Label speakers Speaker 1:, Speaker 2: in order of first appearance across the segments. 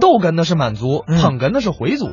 Speaker 1: 瘦跟的是满族，
Speaker 2: 哦嗯
Speaker 1: 捧哏的是回族。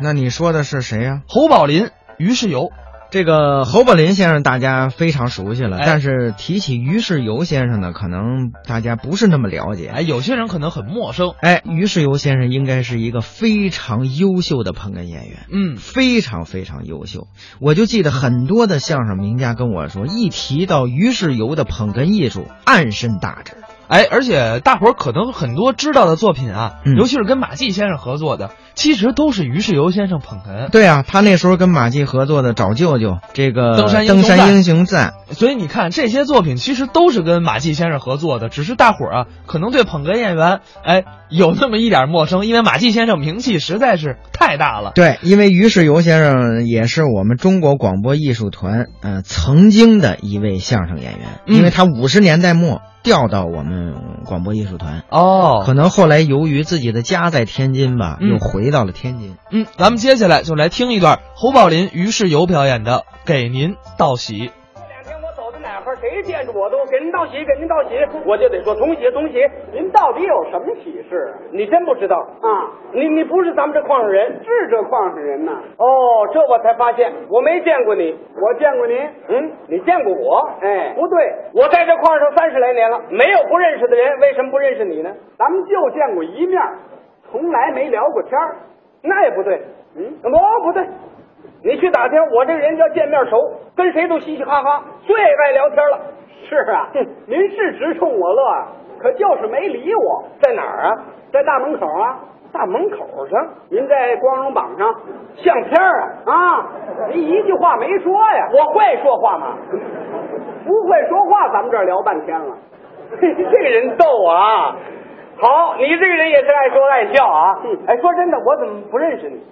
Speaker 2: 那你说的是谁呀、
Speaker 1: 侯宝林、于世友，
Speaker 2: 这个侯宝林先生大家非常熟悉了，
Speaker 1: 哎
Speaker 2: 但是提起于世友先生呢，可能大家不是那么了解。
Speaker 1: 哎，有些人可能很陌生。
Speaker 2: 哎，于世友先生应该是一个非常优秀的捧哏演员，
Speaker 1: 嗯，
Speaker 2: 非常非常优秀。我就记得很多的相声名家跟我说，一提到于世友的捧哏艺术，暗伸大指。
Speaker 1: 哎，而且大伙儿可能很多知道的作品啊，
Speaker 2: 嗯
Speaker 1: 尤其是跟马季先生合作的，其实都是于世友先生捧哏。
Speaker 2: 对啊，他那时候跟马季合作的《找舅舅》这个《
Speaker 1: 登山英雄
Speaker 2: 登山
Speaker 1: 赞
Speaker 2: 英雄赞》，
Speaker 1: 所以你看，这些作品其实都是跟马季先生合作的，只是大伙儿啊，可能对捧哏演员，哎，有那么一点陌生，因为马季先生名气实在是太大了。
Speaker 2: 对，因为于世友先生也是我们中国广播艺术团呃曾经的一位相声演员，
Speaker 1: 嗯
Speaker 2: 因为他五十年代末调到我们广播艺术团，可
Speaker 1: 哦，
Speaker 2: 能后来由于自己的家在天津吧，
Speaker 1: 嗯
Speaker 2: 又回到了天津。
Speaker 1: 嗯，咱们接下来就来听一段侯宝林、于世友表演的《给您道喜》。
Speaker 3: 两天我走到哪块儿，谁见着我都给您道喜，给您道喜，我就得说同喜同喜。您到底有什么喜事？你真不知道啊？你你不是咱们这矿上人，是这矿上人呐、哦，这我才发现，我没见过你，我见过您，嗯，你见过我？哎，不对，我在这矿上三十来年了，没有不认识的人，为什么不认识你呢？咱们就见过一面，从来没聊过天那也不对，嗯，哦，不对，你去打听，我这人叫见面熟，跟谁都嘻嘻哈哈，最爱聊天了。是啊，您是直冲我乐啊，可就是没理我。在哪儿啊？在大门口啊。大门口上，您在光荣榜上相片啊啊！您一句话没说呀？我会说话吗？不会说话，咱们这儿聊半天了。嘿， 这个人逗啊！好，你这个人也是爱说爱笑啊。哎，说真的，我怎么不认识你？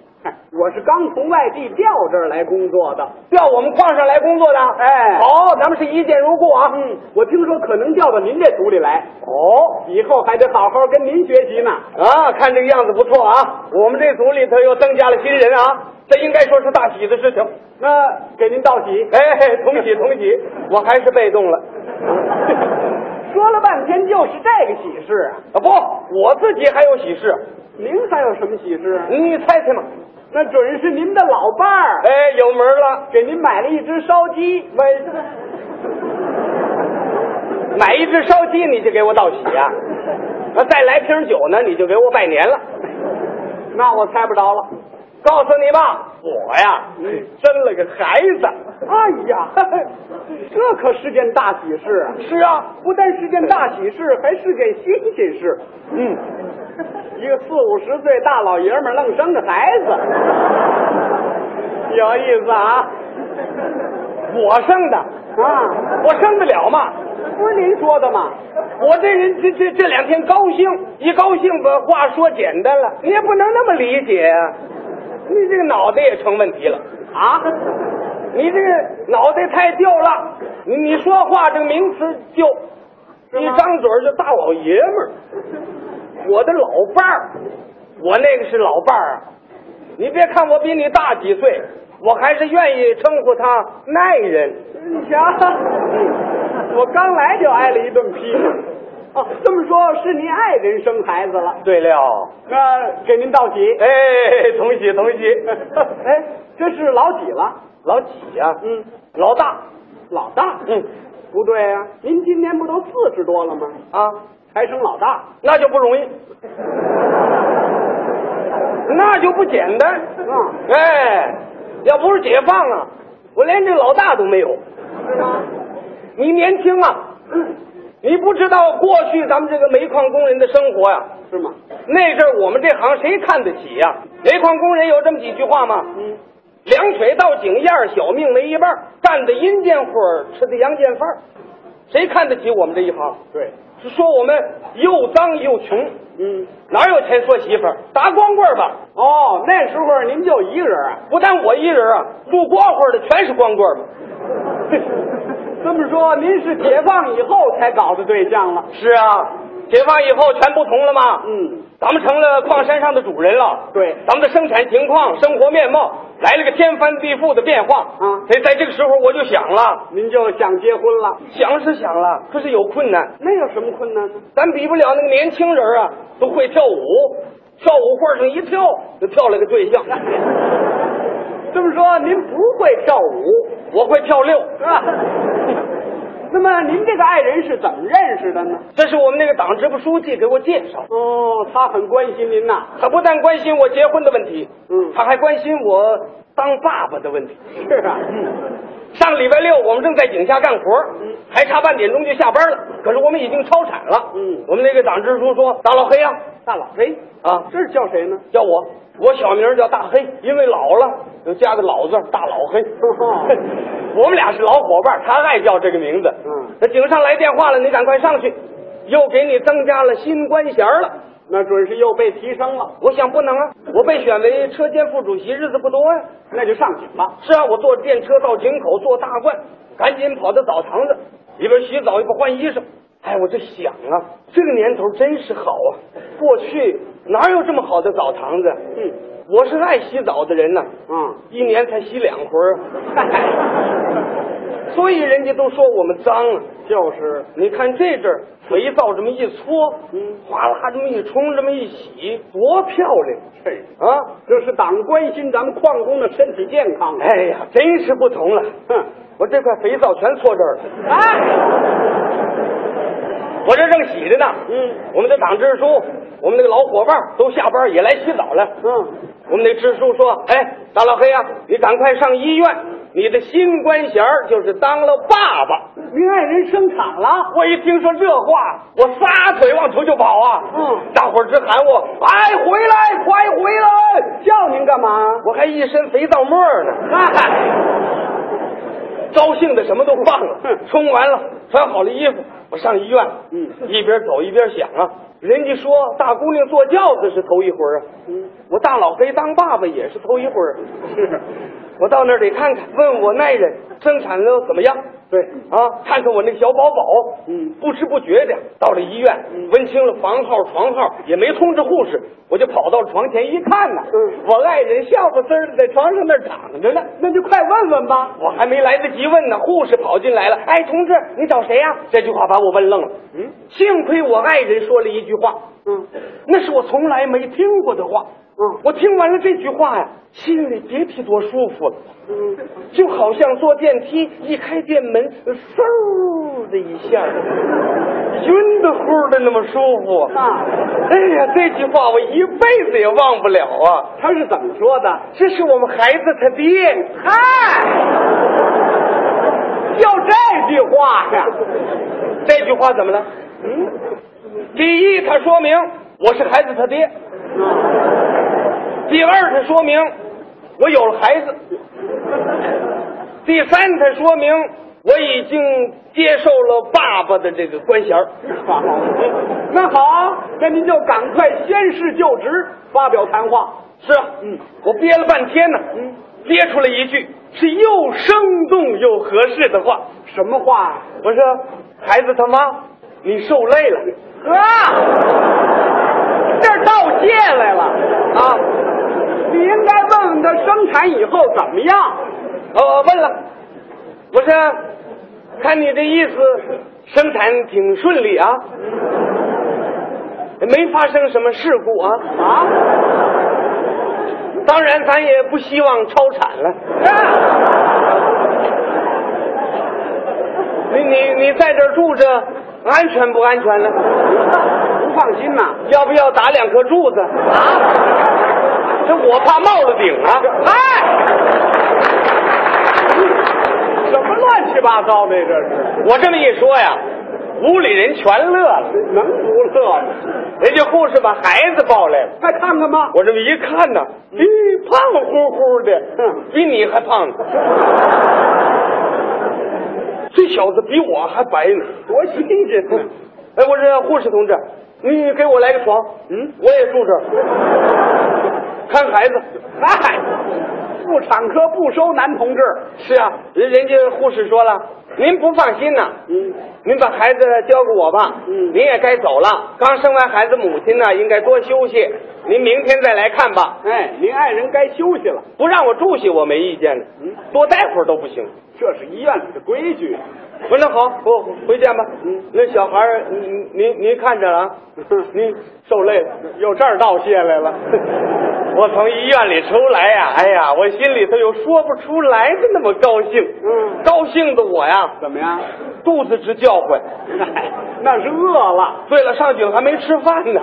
Speaker 3: 我是刚从外地调这儿来工作的，调我们矿上来工作的。哎，好，咱们是一见如故啊。嗯，我听说可能调到您这组里来。哦，以后还得好好跟您学习呢。啊，看这个样子不错啊。我们这组里头又增加了新人啊，这应该说是大喜的事情。那给您道喜。哎，同喜同 喜，我还是被动了。说了半天就是这个喜事啊！啊不，我自己还有喜事。您还有什么喜事啊？你猜猜嘛？那准是您的老伴儿，哎，有门了，给您买了一只烧鸡，买买一只烧鸡，你就给我道喜啊！那再来瓶酒呢，你就给我拜年了。那我猜不着了。告诉你吧，我呀，生了个孩子。哎呀，这可是件大喜事啊！是啊，不但是件大喜事，还是件新鲜事。嗯，一个四五十岁大老爷们儿愣生个孩子，有意思啊！我生的啊，我生得了吗？不是您说的吗？我这人这这这两天高兴，一高兴把话说简单了，你也不能那么理解啊。你这个脑袋也成问题了啊！你这个脑袋太旧了，你你说话这个名词旧，一张嘴儿就大老爷们儿，我的老伴儿，我那个是老伴儿啊。你别看我比你大几岁，我还是愿意称呼他爱人。你瞧， 我刚来就挨了一顿批评。哦，这么说，是您爱人生孩子了？对了，那给您道喜。哎，同喜同喜。哎，这是老几了？老几呀、嗯，老大。老大？嗯，不对呀、您今年不都四十多了吗？啊，还生老大，那就不容易。那就不简单啊！哎，要不是解放啊，我连这老大都没有。你年轻啊，你不知道过去咱们这个煤矿工人的生活呀、是吗？那阵儿我们这行谁看得起呀、煤矿工人有这么几句话吗？嗯，两腿到井沿儿，小命没一半儿，干的阴间活儿，吃的阳间饭儿，谁看得起我们这一行？对，是说我们又脏又穷。嗯，哪有钱说媳妇儿？打光棍儿吧。哦，那时候您就一个人啊？不但我一人啊，住光棍儿的全是光棍儿嘛。 这么说，您是解放以后才搞的对象了？是啊，解放以后全不同了吗？嗯，咱们成了矿山上的主人了。对，咱们的生产情况、生活面貌来了个天翻地覆的变化。啊，所以在这个时候我就想了，您就想结婚了？想是想了，可是有困难。那有什么困难呢？咱比不了那个年轻人啊，都会跳舞。上一跳就跳了个对象。这么说，您不会跳舞，我会跳六，是吧？ 那么您这个爱人是怎么认识的呢？这是我们那个党支部书记给我介绍。哦，他很关心您呐、他不但关心我结婚的问题，嗯，他还关心我当爸爸的问题。是啊，上个礼拜六我们正在井下干活，嗯，还差半点钟就下班了，可是我们已经超产了。嗯，我们那个党支书说：“大老黑呀、大老黑啊，这是叫谁呢？叫我。”我小名叫大黑，因为老了，就加个老字儿，大老黑。哦我们俩是老伙伴，他爱叫这个名字。嗯，那警上来电话了，你赶快上去，又给你增加了新官衔儿了。那准是又被提升了。我想不能啊，我被选为车间副主席，日子不多呀、那就上井吧。是啊，我坐电车到井口，坐大罐，赶紧跑到澡堂子，一边洗澡一边换衣裳。哎，我就想啊，这个年头真是好啊！过去哪有这么好的澡堂子？嗯，我是爱洗澡的人呢、嗯，一年才洗两回儿， 嗨所以人家都说我们脏啊。就是，你看这阵儿肥皂这么一搓，嗯，哗啦这么一冲，这么一洗，多漂亮！
Speaker 4: 嘿，
Speaker 3: 啊，
Speaker 4: 这是党关心咱们矿工的身体健康。
Speaker 3: 哎呀，真是不同了。哼，我这块肥皂全搓这儿了。啊，我这正洗着呢。嗯，我们的党支书，我们那个老伙伴儿都下班也来洗澡了。嗯，我们那支书说：“哎，大老黑呀、你赶快上医院，你的新官衔儿就是当了爸爸。”
Speaker 4: 您爱人生产了，
Speaker 3: 我一听说这话，我撒腿往出就跑啊！
Speaker 4: 嗯，
Speaker 3: 大伙儿直喊我：“哎，回来，快回来！”
Speaker 4: 叫您干嘛？
Speaker 3: 我还一身肥皂沫儿呢， 高兴的什么都忘了。冲完了，穿好了衣服，我上医院。嗯，一边走一边想啊，人家说大姑娘坐轿子是头一回啊，嗯，我大老黑当爸爸也是头一回。 是，我到那儿得看看，问我爱人生产了怎么样。对啊，看看我那小宝宝，嗯，不知不觉的到了医院，问清了房号、床号，也没通知护士，我就跑到床前一看呐，嗯，我爱人笑不滋儿的在床上那儿躺着呢，那就快问问吧。我还没来得及问呢，护士跑进来了，哎，同志，你找谁呀、这句话把我问愣了，嗯，幸亏我爱人说了一句话，嗯，那是我从来没听过的话。嗯，我听完了这句话呀，心里别提多舒服了。嗯，就好像坐电梯一开电门，呃嗖的一下，晕的乎的那么舒服
Speaker 4: 啊！
Speaker 3: 哎呀，这句话我一辈子也忘不了啊！
Speaker 4: 他是怎么说的？
Speaker 3: 这是我们孩子他爹， 嗨，
Speaker 4: 就这句话 呀？
Speaker 3: 这句话怎么了？嗯，第一，它说明我是孩子他爹；第二，它说明我有了孩子；第三，它说明我已经接受了爸爸的这个官衔儿
Speaker 4: 那好，啊那您就赶快宣誓就职，发表谈话。
Speaker 3: 是啊，嗯，我憋了半天呢，嗯，憋出来一句是又生动又合适的话。
Speaker 4: 什么话呀？
Speaker 3: 我说，孩子他妈，你受累了
Speaker 4: 啊，这儿道谢来了。
Speaker 3: 啊！
Speaker 4: 你应该问问他生产以后怎么样。
Speaker 3: 哦，问了，我说，看你这意思，生产挺顺利啊，没发生什么事故啊。
Speaker 4: 啊，
Speaker 3: 当然，咱也不希望超产了。
Speaker 4: 啊
Speaker 3: 你你你在这儿住着，安全不安全了？
Speaker 4: 不放心呐、
Speaker 3: 要不要打两颗柱子啊？这我怕帽子顶啊！哎，
Speaker 4: 什么乱七八糟的这是？
Speaker 3: 我这么一说呀，屋里人全乐了。
Speaker 4: 能不乐吗？
Speaker 3: 人家护士把孩子抱来了，
Speaker 4: 快看看吧。
Speaker 3: 我这么一看呢，
Speaker 4: 嗯
Speaker 3: 咦，胖乎乎的，比你还 胖呢。这小子比我还白呢。
Speaker 4: 多新鲜啊呢！
Speaker 3: 哎，我说护士同志，你给我来个床，嗯，我也住这儿，看孩子。
Speaker 4: 嗨，妇产科不收男同志。
Speaker 3: 是啊，人人家护士说了，您不放心呐、嗯，您把孩子交给我吧，嗯，您也该走了。刚生完孩子，母亲呢应该多休息，您明天再来看吧。
Speaker 4: 哎，您爱人该休息了，
Speaker 3: 嗯不让我住下，我没意见的，多待会儿都不行。
Speaker 4: 这是医院里的规矩。
Speaker 3: 我说那好，我回见吧。嗯，那小孩儿，您您您看着了啊，您受累了，又这儿道谢来了。 我从医院里出来呀、哎呀，我心里头有说不出来的那么高兴。
Speaker 4: 嗯
Speaker 3: 高兴的我呀，
Speaker 4: 怎么样？
Speaker 3: 肚子直叫唤。
Speaker 4: 哎，那是饿了。
Speaker 3: 对了，上井还没吃饭呢。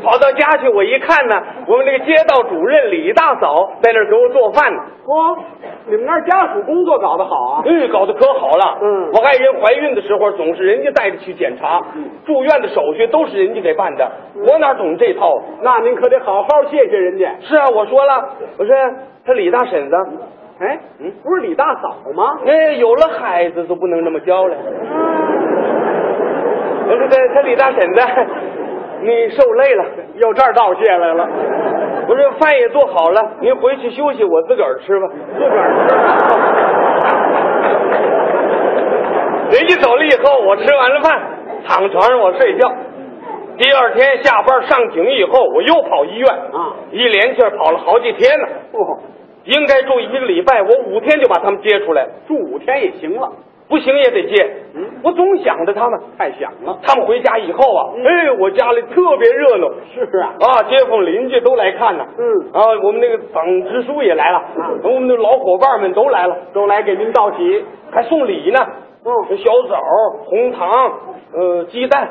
Speaker 3: 跑到家去，我一看呢，我们那个街道主任李大嫂在那儿给我做饭呢。
Speaker 4: 嚯，你们那儿家属工作搞得好啊！
Speaker 3: 嗯，搞得可好了。
Speaker 4: 嗯
Speaker 3: 我爱人怀孕的时候总是人家带着去检查，住院的手续都是人家给办的，我哪懂这套啊？
Speaker 4: 那您可得好好谢谢人家。
Speaker 3: 是啊，我说了，我说她李大婶子，
Speaker 4: 哎，不是李大嫂吗？
Speaker 3: 哎，有了孩子都不能那么教了。我说她她李大婶子，你受累了。
Speaker 4: 又这儿道谢来了，
Speaker 3: 我说饭也做好了，您回去休息，我自个儿吃吧。
Speaker 4: 自个儿
Speaker 3: 人家走了以后，我吃完了饭，躺床上我睡觉。第二天下班上井以后，我又跑医院
Speaker 4: 啊
Speaker 3: 一连气儿跑了好几天呢。
Speaker 4: 吃。哦，
Speaker 3: 应该住一个礼拜，我五天就把他们接出来了，
Speaker 4: 住五天也行了，
Speaker 3: 不行也得接。
Speaker 4: 嗯
Speaker 3: 我总想着他们，
Speaker 4: 太响了。
Speaker 3: 他们回家以后啊，
Speaker 4: 嗯
Speaker 3: 哎，我家里特别热闹。
Speaker 4: 是啊，
Speaker 3: 啊，街坊邻居都来看呢。
Speaker 4: 嗯啊
Speaker 3: 啊，我们那个党支书也来了，我们的老伙伴们都来了，
Speaker 4: 都来给您道喜。
Speaker 3: 还送礼呢。
Speaker 4: 嗯
Speaker 3: 小枣、红糖、呃，鸡蛋，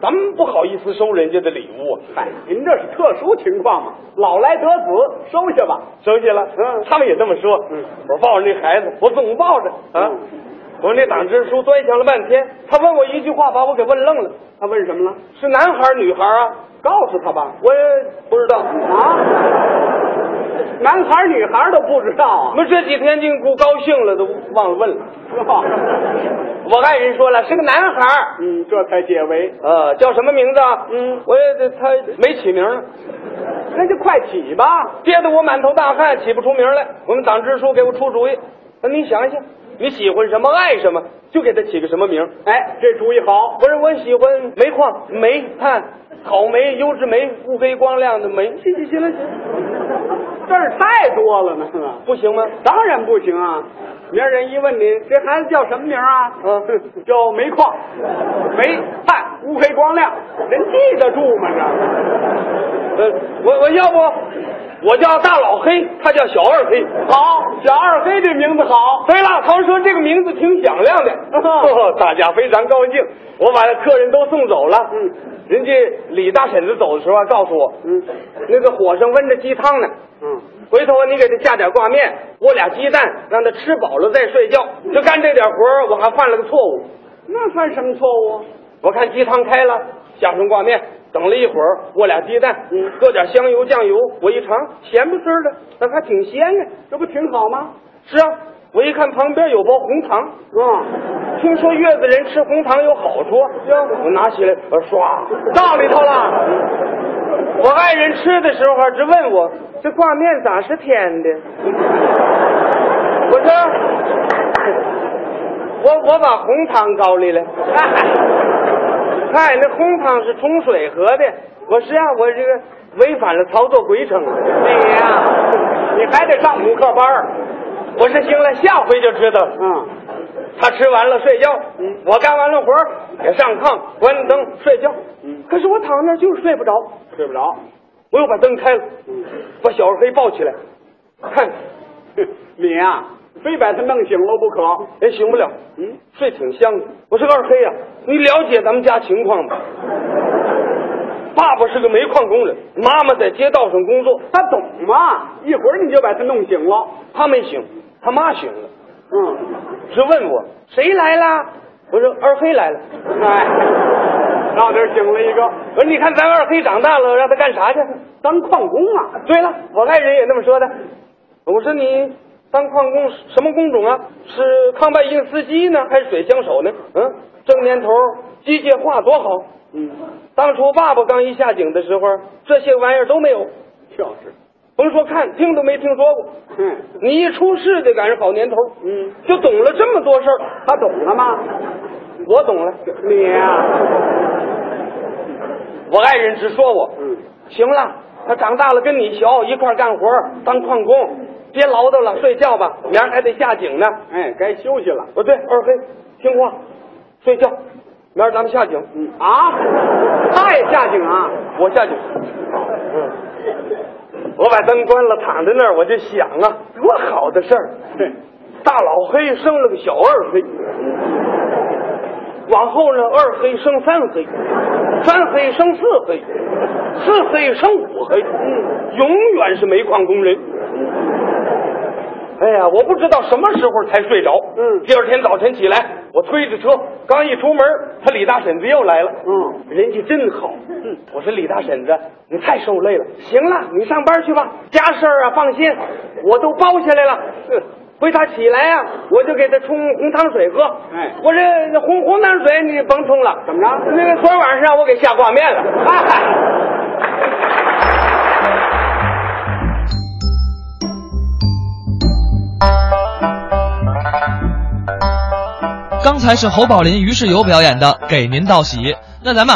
Speaker 3: 咱们不好意思收人家的礼物啊，
Speaker 4: 嗨，哎您这是特殊情况嘛，老来得子，收下吧。
Speaker 3: 收下了。
Speaker 4: 嗯
Speaker 3: 他们也这么说。
Speaker 4: 嗯，
Speaker 3: 我抱着那孩子，我总抱着啊
Speaker 4: 嗯。
Speaker 3: 我那党支书端详了半天，他问我一句话，把我给问愣了：
Speaker 4: 他问什么了？
Speaker 3: 是男孩儿女孩儿啊？
Speaker 4: 告诉他吧。
Speaker 3: 我也不知道。
Speaker 4: 啊，男孩儿女孩儿都不知道
Speaker 3: 我
Speaker 4: 啊。
Speaker 3: 们这几天净顾高兴了，都忘了问了。我爱人说了，是个男孩儿，
Speaker 4: 嗯，这才解围。
Speaker 3: 呃，叫什么名字啊？
Speaker 4: 嗯
Speaker 3: 我也得他没起名儿，
Speaker 4: 那就快起吧。
Speaker 3: 憋得我满头大汗，起不出名来。我们党支书给我出主意，那你想想，你喜欢什么，爱什么，就给他起个什么名儿。
Speaker 4: 哎，这主意好。
Speaker 3: 不是我喜欢煤矿、煤炭、草煤、优质煤、乌黑光亮的煤，
Speaker 4: 行行行了行，字儿太多了呢。
Speaker 3: 不行吗？
Speaker 4: 当然不行啊！明儿人一问你，这孩子叫什么名啊？
Speaker 3: 嗯
Speaker 4: 哼，叫煤矿、煤炭、乌黑光亮，人记得住吗？这
Speaker 3: 呃，我我要不我叫大老黑，他叫小二黑。
Speaker 4: 好，小二黑这名字好。
Speaker 3: 对了，他们说这个名字挺响亮的，
Speaker 4: 哦
Speaker 3: 大家非常高兴。我把客人都送走了。
Speaker 4: 嗯，
Speaker 3: 人家李大婶子走的时候还告诉我，
Speaker 4: 嗯
Speaker 3: 那个火上焖着鸡汤呢。
Speaker 4: 嗯，
Speaker 3: 回头啊你给他下点挂面，窝俩鸡蛋，让他吃饱了再睡觉。就干这点活儿我还犯了个错误。
Speaker 4: 那犯什么错误？
Speaker 3: 我看鸡汤开了，下上挂面，等了一会儿，窝俩鸡蛋，
Speaker 4: 嗯
Speaker 3: 搁点香油酱油，我一尝，咸不丝儿的，那还挺鲜呀。
Speaker 4: 这不挺好吗？
Speaker 3: 是啊，我一看旁边有包红糖，
Speaker 4: 嗯，
Speaker 3: 听说月子人吃红糖有好处，我拿起来，我唰到里头了。我爱人吃的时候还直问我，这挂面咋是甜的？我说，我我把红糖搞里了。嗨，那红糖是冲水喝的。我是啊，我这个违反了操作规程。
Speaker 4: 你哎呀、你还得上补课班儿。
Speaker 3: 我说行了，下回就知道了。
Speaker 4: 嗯，
Speaker 3: 他吃完了睡觉，我干完了活儿也上炕关灯睡觉，
Speaker 4: 嗯
Speaker 3: 可是我躺那儿就是睡不着，
Speaker 4: 睡不着。
Speaker 3: 我又把灯开了，
Speaker 4: 嗯
Speaker 3: 把小二黑抱起来，看，
Speaker 4: 你呀、非把他弄醒了不可。
Speaker 3: 哎，醒不了，
Speaker 4: 嗯，
Speaker 3: 睡挺香的。我说二黑呀、你了解咱们家情况吗？爸爸是个煤矿工人，妈妈在街道上工作，
Speaker 4: 他懂吗？一会儿你就把他弄醒了。
Speaker 3: 他没醒，他妈醒了，
Speaker 4: 嗯。
Speaker 3: 直问我谁来啦？我说二黑来了。
Speaker 4: 哎，到这儿醒了一个
Speaker 3: 我说你看咱二黑长大了，让他干啥去？
Speaker 4: 当矿工啊，
Speaker 3: 对了，我爱人也那么说的。我说你当矿工什么工种啊？是抗外运司机呢，还是水枪手呢？嗯，正年头机械化多好。
Speaker 4: 嗯，
Speaker 3: 当初爸爸刚一下井的时候，这些玩意儿都没有，
Speaker 4: 就是，
Speaker 3: 甭说看，听都没听说过。
Speaker 4: 嗯
Speaker 3: 你一出世就赶上好年头，
Speaker 4: 嗯，
Speaker 3: 就懂了这么多事儿。
Speaker 4: 他懂了吗？
Speaker 3: 我懂了，
Speaker 4: 你啊呀、
Speaker 3: 我爱人直说我，
Speaker 4: 嗯，
Speaker 3: 行了，他长大了跟你学，一块儿干活，当矿工。别唠叨了，睡觉吧，明儿还得下井呢。哎，该休息了。哦，对，二黑，听话，睡觉。明儿咱们下井。嗯
Speaker 4: 啊，他也下井啊？
Speaker 3: 我下去。嗯，我把灯关了，躺在那儿我就想啊，多好的事儿！大老黑生了个小二黑，往后呢，二黑生三黑，三黑生四黑，四黑生五黑，永远是煤矿工人。哎呀，我不知道什么时候才睡着。
Speaker 4: 嗯
Speaker 3: 第二天早晨起来，我推着车，刚一出门，他李大婶子又来了。
Speaker 4: 嗯，
Speaker 3: 人家真好。嗯，我说李大婶子，你太受累了。行了，你上班去吧，家事儿啊，放心，我都包下来了。嗯回他起来呀、我就给他冲红糖水喝。
Speaker 4: 哎
Speaker 3: 我这红红糖水你甭冲了，
Speaker 4: 怎么着
Speaker 3: 那个昨儿晚上我给下挂面了。
Speaker 4: 嗨、
Speaker 1: 刚才是侯宝林、于世友表演的《给您道喜》，那咱们。